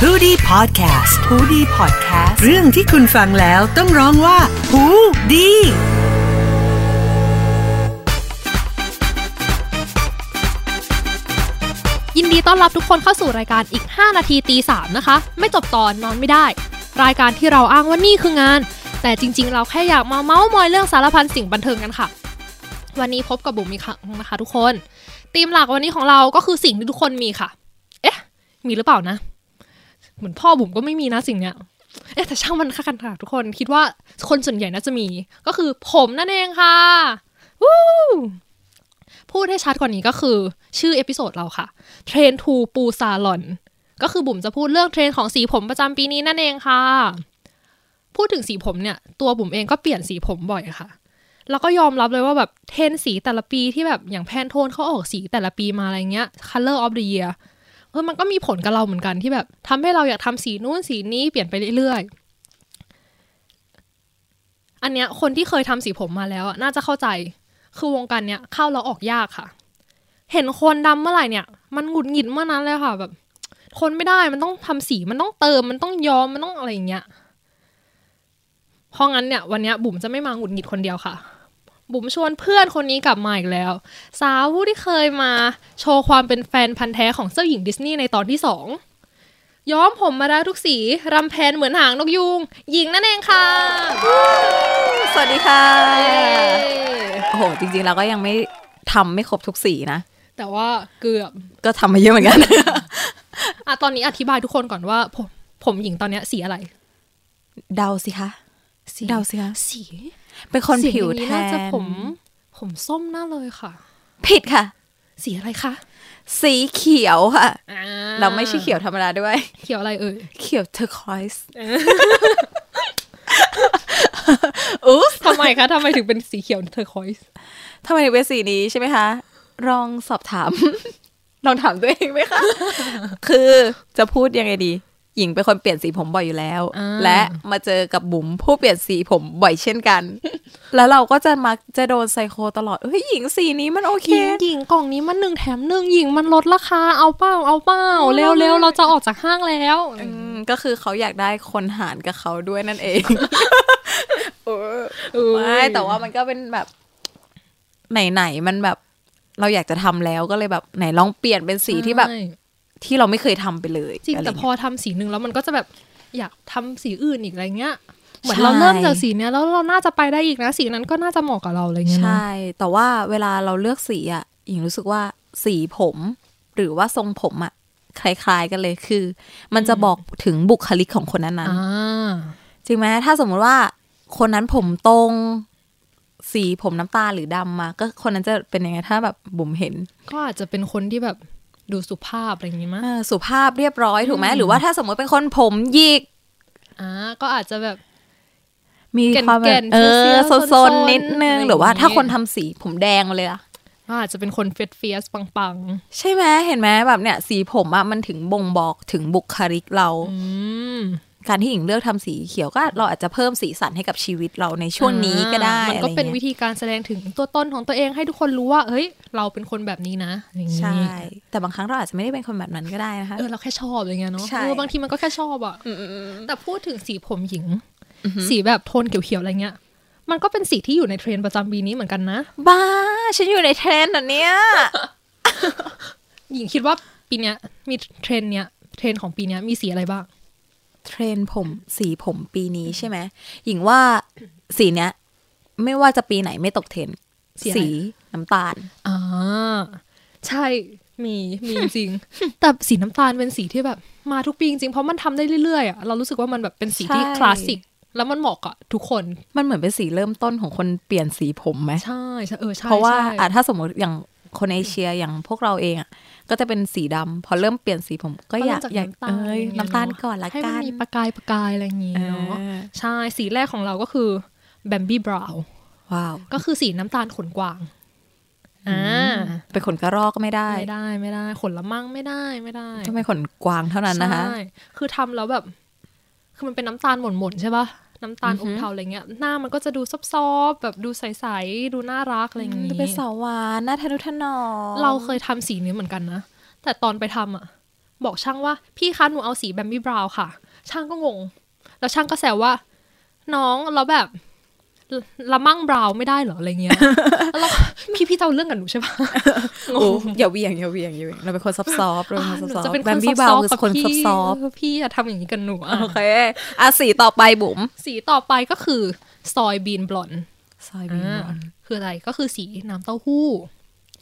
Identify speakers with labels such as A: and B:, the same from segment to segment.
A: h o ดี้พอดแคสต์ฮูดี้พอดแคสต์เรื่องที่คุณฟังแล้วต้องร้องว่าหูดี
B: ยินดีต้อนรับทุกคนเข้าสู่รายการอีก 5 นาทีตีสามนะคะ ไม่จบตอนนอนไม่ได้ รายการที่เราอ้างว่านี่คืองาน แต่จริงๆ เราแค่อยากมาเมาส์มอยเรื่องสารพันสิ่งบันเทิงกันค่ะ วันนี้พบกับบุ๋มอีกครั้งนะคะทุกคนธีมหลักวันนี้ของเราก็คือสิ่งที่ทุกคนมีค่ะ เอ๊ะ มีหรือเปล่านะ เหมือนพ่อบุ๋มก็ไม่มีนะสิ่งเนี้ย เอ๊ะแต่ช่างมันค่ะกันค่ะทุกคนคิดว่าคนส่วนใหญ่น่าจะมี ก็คือผมนั่นเองค่ะวู้พูดให้ชัดกว่านี้ก็คือ ชื่อเอพิโซดเราค่ะ เทรนทูปูซาลอน ก็คือบุ๋มจะพูดเรื่องเทรนด์ของสีผมประจำปีนี้นั่นเองค่ะ พูดถึงสีผมเนี่ย ตัวบุ๋มเองก็เปลี่ยนสีผมบ่อยค่ะ แล้วก็ยอมรับเลยว่าแบบเทรนด์สีแต่ละปีที่แบบอย่างแพนโทนเขาออกสีแต่ละปีมาอะไรเงี้ย color of the year เออมันก็มีผลกับเราเหมือนกันที่แบบทำให้เราอยากทำสีนู้นสีนี้เปลี่ยนไปเรื่อยๆ อันเนี้ยคนที่เคยทำสีผมมาแล้วอะน่าจะเข้าใจคือวงการเนี้ยเข้าแล้วออกยากค่ะ เห็นคนดำเมื่อไหร่เนี่ย มันหงุดหงิดเมื่อนั้นเลยค่ะ แบบ คนไม่ได้มันต้องทำสีมันต้องเติมมันต้องย้อมมันต้องอะไรอย่างเงี้ยเพราะงั้นเนี่ยวันเนี้ยบุ๋มจะไม่มาหงุดหงิดคนเดียวค่ะ บุ๋มชวนเพื่อนคนนี้กลับมาอีกแล้ว สาวผู้ที่เคยมาโชว์ความเป็นแฟนพันธ์แท้ของเจ้าหญิงดิสนีย์ในตอนที่สองย้อมผมมาแล้วทุกสีรำแพนเหมือนหางนกยูงหญิงนั่นเองค่ะ
C: สวัสดีค่ะ
B: เย้
C: โอ้โห จริงๆ เราก็ยังไม่ทำไม่ครบทุกสีนะ
B: แต่ว่าเกือบ
C: ก็ทำมาเยอะเหมือนกัน
B: อ่ะตอนนี้อธิบายทุกคนก่อนว่าผมผมหญิงตอนเนี้ยสีอะไร
C: เดาสิคะ
B: สี
C: เดาสิคะ
B: สี
C: เป็นคนผิว
B: สีอย่าง
C: แท
B: น่าจะ
C: น
B: ผม ผมส้มหน้าเลยค่ะ
C: ผิดค่ะ
B: สีอะไรคะ
C: สีเขียวค่ะ
B: อ่
C: เราไม่ใช่เขียวธรรมดาด้วย
B: เขียวอะไรเอ่ย
C: เขียวเทอร์คอยส์ อุ๊ส
B: ทำไมคะทำไมถึงเป็นสีเขียวเทอร์คอยส์
C: ทำไมถึงเป็นสีนี้ใช่ไหมคะ ลองสอบถาม ลองถามตัวเองไหมคะ คือจะพูดยังไงดี หญิงเป็นคนเปลี่ยนสีผมบ่อยอยู่แล้ว
B: า
C: และมาเจอกับบุ๋มผู้เปลี่ยนสีผมบ่อยเช่น กัน แล้วเราก็จะมักจะโดนไซโคตลอด เฮ้ยหญิงสีนี้มันโอเค
B: หญิงหญิงกล่องนี้มันหนึ่งแถมหนึ่งหญิงมันลดราคาเอาเป้าเอาเป้าเร็วเร็วเราจะออกจากห้างแล้ว
C: อืมก็คือเขาอยากได้คนหารกับเขาด้วยนั่นเอง เออ
B: เอ้ย
C: ไม่แต่ว่ามันก็เป็นแบบไหนๆมันแบบ เราอยากจะทำแล้วก็เลยแบบไหนลองเปลี่ยนเป็นสีที่แบบ
B: ใช่
C: ที่เราไม่เคยทำไปเลย
B: จริง
C: ะไ
B: แต่พอ
C: เย
B: ทำสีหนึ่งแล้วมันก็จะแบบอยากทำสีอื่นอีกอะไรเงี้ยเหมือน
C: ใช่
B: เราเริ่มจากสีเนี้ยแล้วเราน่าจะไปได้อีกนะสีนั้นก็น่าจะเหมาะกับเราอะไรเงี้ยเนอะ
C: ใช่ แต่ว่าเวลาเราเลือกสีอ่ะหญิงรู้สึกว่าสีผม หรือว่าทรงผมอ่ะคล้ายๆกันเลยคือ มันจะบอกถึงบุคลิกของคนนั้น
B: อ่า
C: ๆจริงไหมถ้าสมมุติว่าคนนั้นผมตรง สีผมน้ำตาลหรือดำมา ก็คนนั้นจะเป็นยังไงถ้าแบบบุ๋มเห็น
B: ก็อาจจะเป็นคนที่แบบดูสุภาพอะไรอย่างงี้มั้ย
C: เออสุภาพเรียบร้อยถูกไหม
B: อืม
C: หรือว่าถ้าสมมติเป็นคนผมหยิก
B: อ่า ก็อาจจะแบบ
C: มี
B: แก่น
C: ความแบบ
B: ๆ
C: เอ
B: เสี
C: อ
B: ยวๆ
C: โซ
B: ซน
C: น
B: ๆ
C: ๆนิดนึง
B: อะไรอย่างงี้
C: หรือว่าถ้าคนทำสีผมแดงมาเลยล่ะ
B: ก็อาจจะเป็นคนเฟียสเฟียสปังปัง
C: ใช่ไหมเห็นไหมแบบเนี่ย สีผมอะมันถึงบ่งบอกถึงบุคลิกเรา
B: ๆอืม
C: การที่หญิงเลือกทำสีเขียวก็เราอาจจะเพิ่มสีสันให้กับชีวิตเราในช่วงนี้ก็ได้
B: อ่ามั
C: อะไร
B: ก็
C: อย่าง
B: เป็นวิ
C: เงี้ย
B: ธีการแสดงถึงตัวตนของตัวเองให้ทุกคนรู้ว่า เฮ้ย เราเป็นคนแบบนี้นะอย่างงี้
C: ใช่ แต่บางครั้งเราอาจจะไม่ได้เป็นคนแบบนั้นก็ได้นะคะ
B: เออเราแค่ชอบอย่างเงี้ยเนาะ
C: ใช่
B: เออบางทีมันก็แค่ชอบอะแต่พูดถึงสีผมหญิง สีแบบโทนเขียวๆอะไรเงี้ย มันก็เป็นสีที่อยู่ในเทรนด์ประจำปีนี้เหมือนกันนะ
C: บ้า ฉันอยู่ในเทรนด์เหรอเนี่ย
B: หญิงคิดว่าปีเนี้ยมีเทรนด์เนี้ยเทรนด์ของปีเนี้ยมีสีอะไรบ้าง
C: เทรนด์ผมสีผมปีนี้ใช่ไหมหญิงว่าสีเนี้ย ไม่ว่าจะปีไหนไม่ตกเทรนด์
B: สีอะไร
C: สีน้ำตาล
B: อ่าใช่มีมีจริง แต่สีน้ำตาลเป็นสีที่แบบมาทุกปีจริงๆเพราะมันทำได้เรื่อยๆอ่ะเรารู้สึกว่ามันแบบเป็นสีที่
C: ใช่
B: คลาสสิก แล้วมันเหมาะกับทุกคน
C: มันเหมือนเป็นสีเริ่มต้นของคนเปลี่ยนสีผมไหม
B: ใช่ใช่เออใช่
C: เพราะว่า
B: ใช่
C: อ่ะถ้าสมมติอย่างคนเอเชียอย่างพวกเราเองอ่ะก็จะเป็นสีดำพอเริ่มเปลี่ยนสีผม ก็อยาก
B: เริ่มจ
C: อยาก
B: น้ำตาล
C: เอ้ย
B: ะไรย่งเงี้ย
C: น้ำตาล
B: เะ
C: ก่อนละ
B: ให้
C: กั
B: มัน
C: น
B: มีประกายประกายอะไรอย่างงี้
C: เอ
B: เนาะ
C: อ
B: ใช่สีแรกของเราก็คือแบมบี้บราวน์
C: ว้าว
B: ก็คือสีน้ำตาลขนกวางอ่า
C: เป็นขนกระรอกก็ไม่ได้
B: ไม่ได้ไม่ได้ขนละมั่งไม่ได้ไม่ได้
C: ต้องเป็นขนกวางเท่านั้นนะคะ
B: ใช่ คือทำแล้วแบบ คือมันเป็นน้ำตาลหม่นๆใช่ปะน้ำตาล
C: อื
B: อ
C: อ
B: ม
C: หือ
B: เทาอะไรเงี้ย หน้ามันก็จะดูซอบๆแบบดูใสๆ ดูน่ารักอะไรอย่างงี้
C: ดูเป็นสาวหวานหน้าทะนุถนอม
B: เราเคยทำสีนี้เหมือนกันนะ แต่ตอนไปทำอ่ะ บอกช่างว่าพี่คะหนูเอาสีแบมบี้บราวน์ค่ะ ช่างก็งง แล้วช่างก็แซวว่า น้องเราแบบละละมั่งบราวน์ไม่ได้เหรออะไรเงี้ย แล้วเราพี่พี่จะเอาเรื่องกับหนูใช่ปะง
C: โอ้
B: ง
C: อย่าเหวียงอย่าเหวียงอย่าเหวียงเราเป็นคนซับซ้อฟ เราเป็นคน
B: หนู
C: ซับซ้อ
B: จะ
C: ฟ
B: เป็น
C: แบม
B: คน
C: บี้
B: ซ
C: บา
B: อ
C: ว
B: ฟต์
C: คือ
B: ๆกับ
C: คน
B: พี่
C: ซับซ้อฟ
B: เออพี่อย่าทำอย่างนี้กันหนูอะ
C: โอเคอ่ะสีต่อไปบุ๋ม
B: สีต่อไปก็คือซอยบีนบลอนด์
C: ซอยบี
B: อ่าคืออะไรก็คือสีน้ำเต้าหู้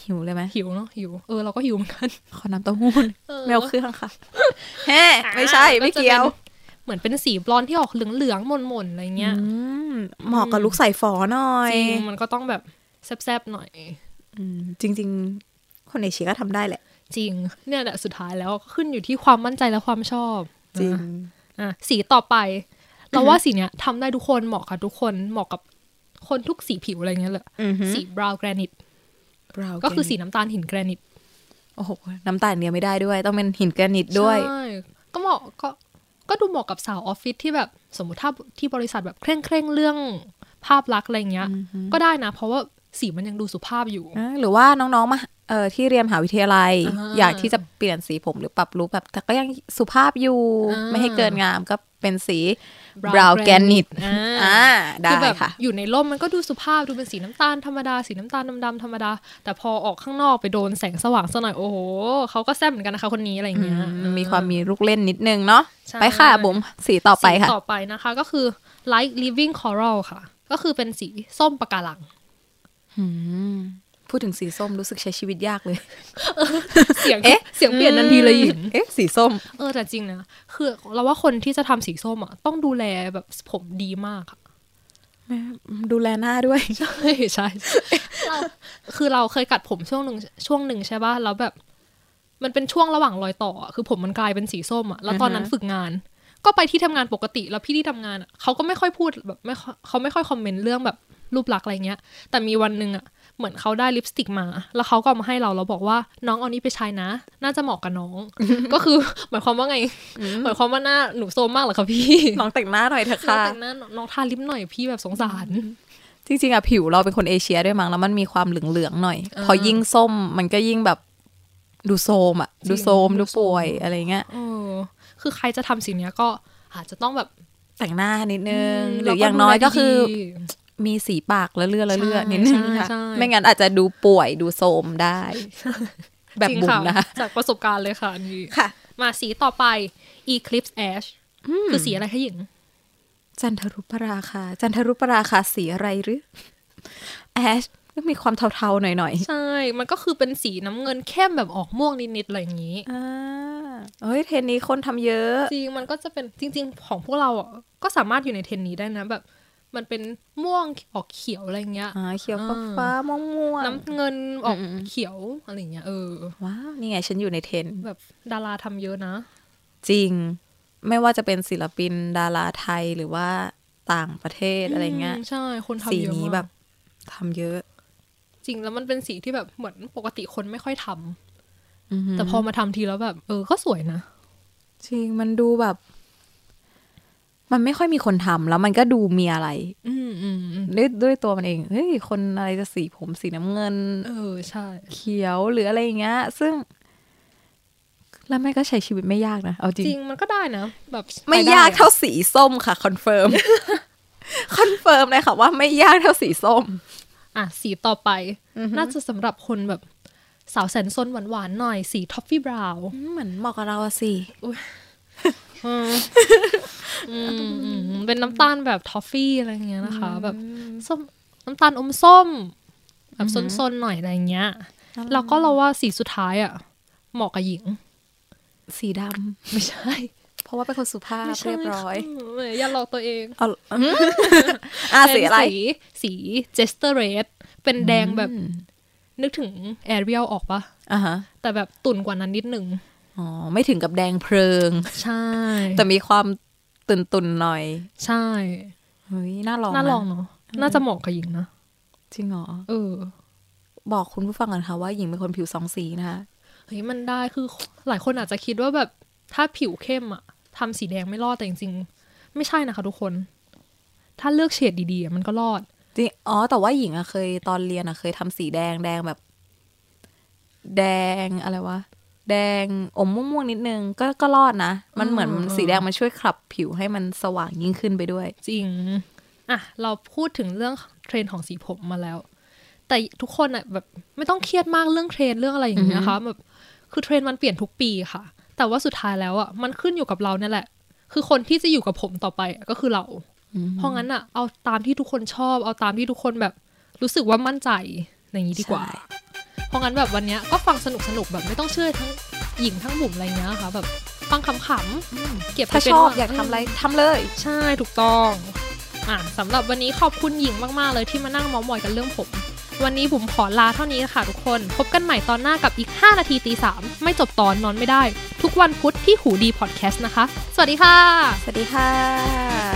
C: หิวเลยไหม
B: หิวเนาะหิวเออเราก็หิวเหมือนกัน
C: ขอน้ำเต้าหู้
B: เออ
C: แมวเครื่องค่ะ แฮ่ไม่ใช่
B: อ่า
C: ไม่เกี่ยว
B: จะเป็นเหมือนเป็นสีบลอนด์ที่ออกเหลืองๆหม่นๆอะไรเงี้ย
C: อืมเหมาะกับลุกใส่ฝอหน่อ
B: จ
C: ย
B: ริงมันก็ต้องแบบแซบๆหน่อย
C: อืมจริง ๆ คนเอเชียก็ทำได้แหละ
B: จริงเนี่ยแหละสุดท้ายแล้วก็ขึ้นอยู่ที่ความมั่นใจและความชอบ
C: จริง
B: อ่ะสีต่อไป เราว่าสีเนี้ยทำได้ทุกคนเหมาะกับทุกคนเหมาะกับคนทุกสีผิวอะไรเงี้ยเลย
C: อือหือ
B: สีบราวน์แกรนิต
C: Brown
B: ก็คือ
C: granite
B: สีน้ำตาลหินแกรนิต
C: โอ้โหน้ำตาลเนี่ยไม่ได้ด้วย ต้องเป็นหินแกรนิตด้วย
B: ใช่ก็เหมาะก็ก็ดูเหมาะกับสาวออฟฟิศที่แบบสมมติถ้าที่บริษัทแบบเคร่งเคร่งเรื่องภาพลักษณ์อะไรเงี้ย ก็ได้นะ เพราะว่าสีมันยังดูสุภาพอยู่
C: อ่าหรือว่าน้องๆมาเอ่อที่เรียนมหาวิทยาลัย
B: อ่า
C: อยากที่จะเปลี่ยนสีผมหรือปรับลุคแบบแต่ก็ยังสุภาพอยู่
B: อ่า
C: ไม่ให้เกินงามก็เป็นสี
B: Brown
C: บราวน์แกรนิต
B: granite อ่า
C: อ่าได้
B: คือแบบ
C: ค่ะ
B: อยู่ในร่มมันก็ดูสุภาพดูเป็นสีน้ำตาลธรรมดาสีน้ำตาลดำๆธรรมดา แต่พอออกข้างนอกไปโดนแสงสว่างสักหน่อยโอ้โหเขาก็แซ่บเหมือนกันนะคะคนนี้อะไรเงี้ย
C: มี
B: เออ
C: ความมีลูกเล่นนิดนึงเนาะ
B: ใช่
C: ไปค่ะบุ๋มสีต่อไปค่ะ
B: สีต่อไปนะคะก็คือ light living coral ค่ะ ก็คือเป็นสีส้มปะการัง
C: อืม พูดถึงสีส้มรู้สึกใช้ชีวิตยากเลย
B: เสียงเสียงเปลี่ยนทันทีเลยหญิง
C: เอ๊ะ สีส้ม
B: เออแต่จริงนะคือเราว่าคนที่จะทำสีส้มอ่ะต้องดูแลแบบผมดีมากค่ะ
C: ดูแลหน้าด้วย
B: ใช่ใช่เราคือเราเคยกัดผมช่วงหนึ่งช่วงหนึ่งใช่ป่ะแล้วแบบ มันเป็นช่วงระหว่างรอยต่ออะคือผมมันกลายเป็นสีส้มอ่ะแล้วตอนนั้นฝึกงาน ก็ไปที่ทำงานปกติแล้วพี่ที่ทำงานอะเขาก็ไม่ค่อยพูดแบบไม่ค่อยเขาไม่ค่อยคอมเมนต์เรื่องแบบรูปลักษณ์อะไรเงี้ย แต่มีวันหนึ่งอ่ะเหมือนเขาได้ลิปสติกมา แล้วเขาก็เอามาให้เราแล้วบอกว่าน้องเอานี้ไปใช้นะ น่าจะเหมาะกับน้อง ก็คือหมายความว่าไง หมายความว่าหน้าหนูโซมมากเหรอคะพี่
C: น้องแต่งหน้าหน่อยเถอะ
B: น้อง
C: ค่ะ
B: แต่งหน้าน้องทาลิปหน่อยพี่แบบสงสาร
C: จริงๆอะผิวเราเป็นคนเอเชียด้วยมั้งแล้วมันมีความเหลืองๆหน่อย
B: อ่า
C: พอยิ่งส้มมันก็ยิ่งแบบดูโซมอะ
B: จริง
C: ดูโซมดูป่วยอะไรเงี้ย
B: เออคือใครจะทำสิ่งเนี้ยก็อาจจะต้องแบบ
C: แต่งหน้านิดนึง
B: ม
C: หรือ
B: เ
C: อย่างน้อยก็คือ
B: ดูแลดี
C: มีสีปากและเลือดละเลือด
B: ใช่
C: นิดนึงค่ะ
B: ใช่ใช่
C: ไม่งั้นอาจจะดูป่วยดูโซมได้ แบบ
B: จริง
C: บุ๋มนะคะ
B: จากประสบการณ์เลยค่ะอันนี่
C: ค่ะ
B: มาสีต่อไป Eclipse Ash คือสีอะไรคะหญิง
C: จันทรุปราคา จันทรุปราคาสีอะไรหรือแอชก็มีความเทาๆหน่อย
B: ใช่ มันก็คือเป็นสีน้ำเงินเข้มแบบออกม่วงนิดๆอะไรอย่างนี้
C: ๆอ่าเฮ้ยเทรนด์นี้คนทำเยอะ
B: จริงมันก็จะเป็นจริง ๆ ของพวกเราอ่ะก็สามารถอยู่ในเทรนด์นี้ได้นะแบบ มันเป็นม่วงออกเขียวอะไรอย่างเงี้ย
C: อ่าเขียว
B: อ่า
C: ฟ้าๆม่วง
B: น้ำเงินออกเขียวอะไรอย่างเงี้ยเออ
C: ๆว้าวนี่ไงฉันอยู่ในเทรนด์
B: แบบดาราทำเยอะนะ
C: จริง ไม่ว่าจะเป็นศิลปินดาราไทยหรือว่าต่างประเทศอะไรเงี้ย
B: มใช่ คนทำ
C: สี
B: เยอะมาก
C: นี้แบบทำเยอะ
B: จริงแล้วมันเป็นสีที่แบบเหมือนปกติคนไม่ค่อยทำ
C: อือหือ
B: แต่พอมาทำทีแล้วแบบ เออก็สวยนะ
C: จริงมันดูแบบ มันไม่ค่อยมีคนทำแล้วมันก็ดูมีอะไร
B: อืมอืมอืม
C: ด้วยด้วยตัวมันเองเฮ้ยคนอะไรจะสีผมสีน้ำเงิน
B: เออใช่
C: เขียวหรืออะไรอย่างเงี้ย ซึ่ง แล้วไม่ก็ใช้ชีวิตไม่ยากนะเอาจริง
B: จริงมันก็ได้นะ แบบ
C: ไม่ยากเท่าสีส้มค่ะคอนเฟิร์ม คอนเฟิร์มเลยค่ะว่าไม่ยากเท่าสีส้ม
B: อ่ะสีต่อไป น่าจะสำหรับคนแบบสาวแสนซนหวานๆหน่อยสีท็อฟฟี่บราวน์
C: เหมือนเหมาะกับเราอะสิ
B: เป็นน้ำตาลแบบท็อฟฟี่อะไรอย่างเงี้ยนะคะ แบบส้มน้ำตาลอมส้ม แบบซนๆหน่อยอะไรอย่างเงี้ยแล้วก็เราว่าสีสุดท้ายอ่ะเหมาะกับหญิง
C: สีดำไม่ใช่ เพราะว่าเป็นคนสุภาพเรียบร้อย
B: เอออย่าหลอกตัวเอง
C: เอาอืม อ่ะ
B: เป็
C: สี
B: น
C: อะไร
B: สีสีเจสเตอร์เรดเป็นแดงแบบนึกถึงแอเรียลออกปะ
C: อ่ะฮะ
B: แต่แบบตุ่นกว่านั้นนิดหนึ่ง
C: อ๋อ ไม่ถึงกับแดงเพลิง
B: ใช่
C: แต่มีความตุนๆหน่อย
B: ใช่
C: เฮ้ย น่าลอง
B: น่าลอง
C: นะ
B: เนาะน่าจะเหมาะกับหญิงนะ
C: จริงเหรอ
B: เออ
C: บอกคุณผู้ฟังก่อนค่ะว่าหญิงเป็นคนผิวสองสีนะคะ
B: เฮ้ยมันได้คือหลายคนอาจจะคิดว่าแบบถ้าผิวเข้มอะทำสีแดงไม่รอดแต่จริงๆไม่ใช่นะคะทุกคน ถ้าเลือกเฉดดีๆอะมันก็รอด
C: จริง อ๋อ แต่ว่าหญิงอะเคยตอนเรียนอะเคยทำสีแดงแดงแบบ แดงอะไรวะ แดงอมม่วงๆนิดนึงก็ก็รอดนะ มันเหมือน
B: อืม
C: สีแดงมันช่วยขับผิวให้มันสว่างยิ่งขึ้นไปด้วย
B: จริง อ่ะ เราพูดถึงเรื่องเทรนด์ของสีผมมาแล้ว แต่ทุกคนอ่ะแบบไม่ต้องเครียดมากเรื่องเทรนด์เรื่องอะไรอย่างเงี้ยนะคะแบบคือเทรนด์มันเปลี่ยนทุกปีค่ะ แต่ว่าสุดท้ายแล้วอ่ะมันขึ้นอยู่กับเราเนี่ยแหละ คือคนที่จะอยู่กับผมต่อไปอ่ะก็คือเรา เพราะงั้นอ่ะเอาตามที่ทุกคนชอบ เอาตามที่ทุกคนแบบรู้สึกว่ามั่นใจอย่างนี้ดีกว่า
C: ใช่
B: เพราะงั้นแบบวันเนี้ยก็ฟังสนุกสนุกๆแบบไม่ต้องเชื่อทั้งหญิงทั้งบุ๋มอะไรเงี้ยค่ะแบบฟังขำๆเก็บไป
C: ถ้า
B: เป็น
C: ชอบ
B: ว่
C: อยากทำอะไรทำเลย
B: ใช่ถูกต้องอ่ะสำหรับวันนี้ขอบคุณหญิงมาก ๆ เลยที่มานั่งเมอมอยกันเรื่องผม วันนี้ผมขอลาเท่านี้ค่ะทุกคน พบกันใหม่ตอนหน้ากับอีก 5 นาทีตีสามไม่จบตอนนอนไม่ได้ ทุกวันพุธที่หูดีพอดแคสต์นะคะ สวัสดีค่ะ
C: สวัสดีค่ะ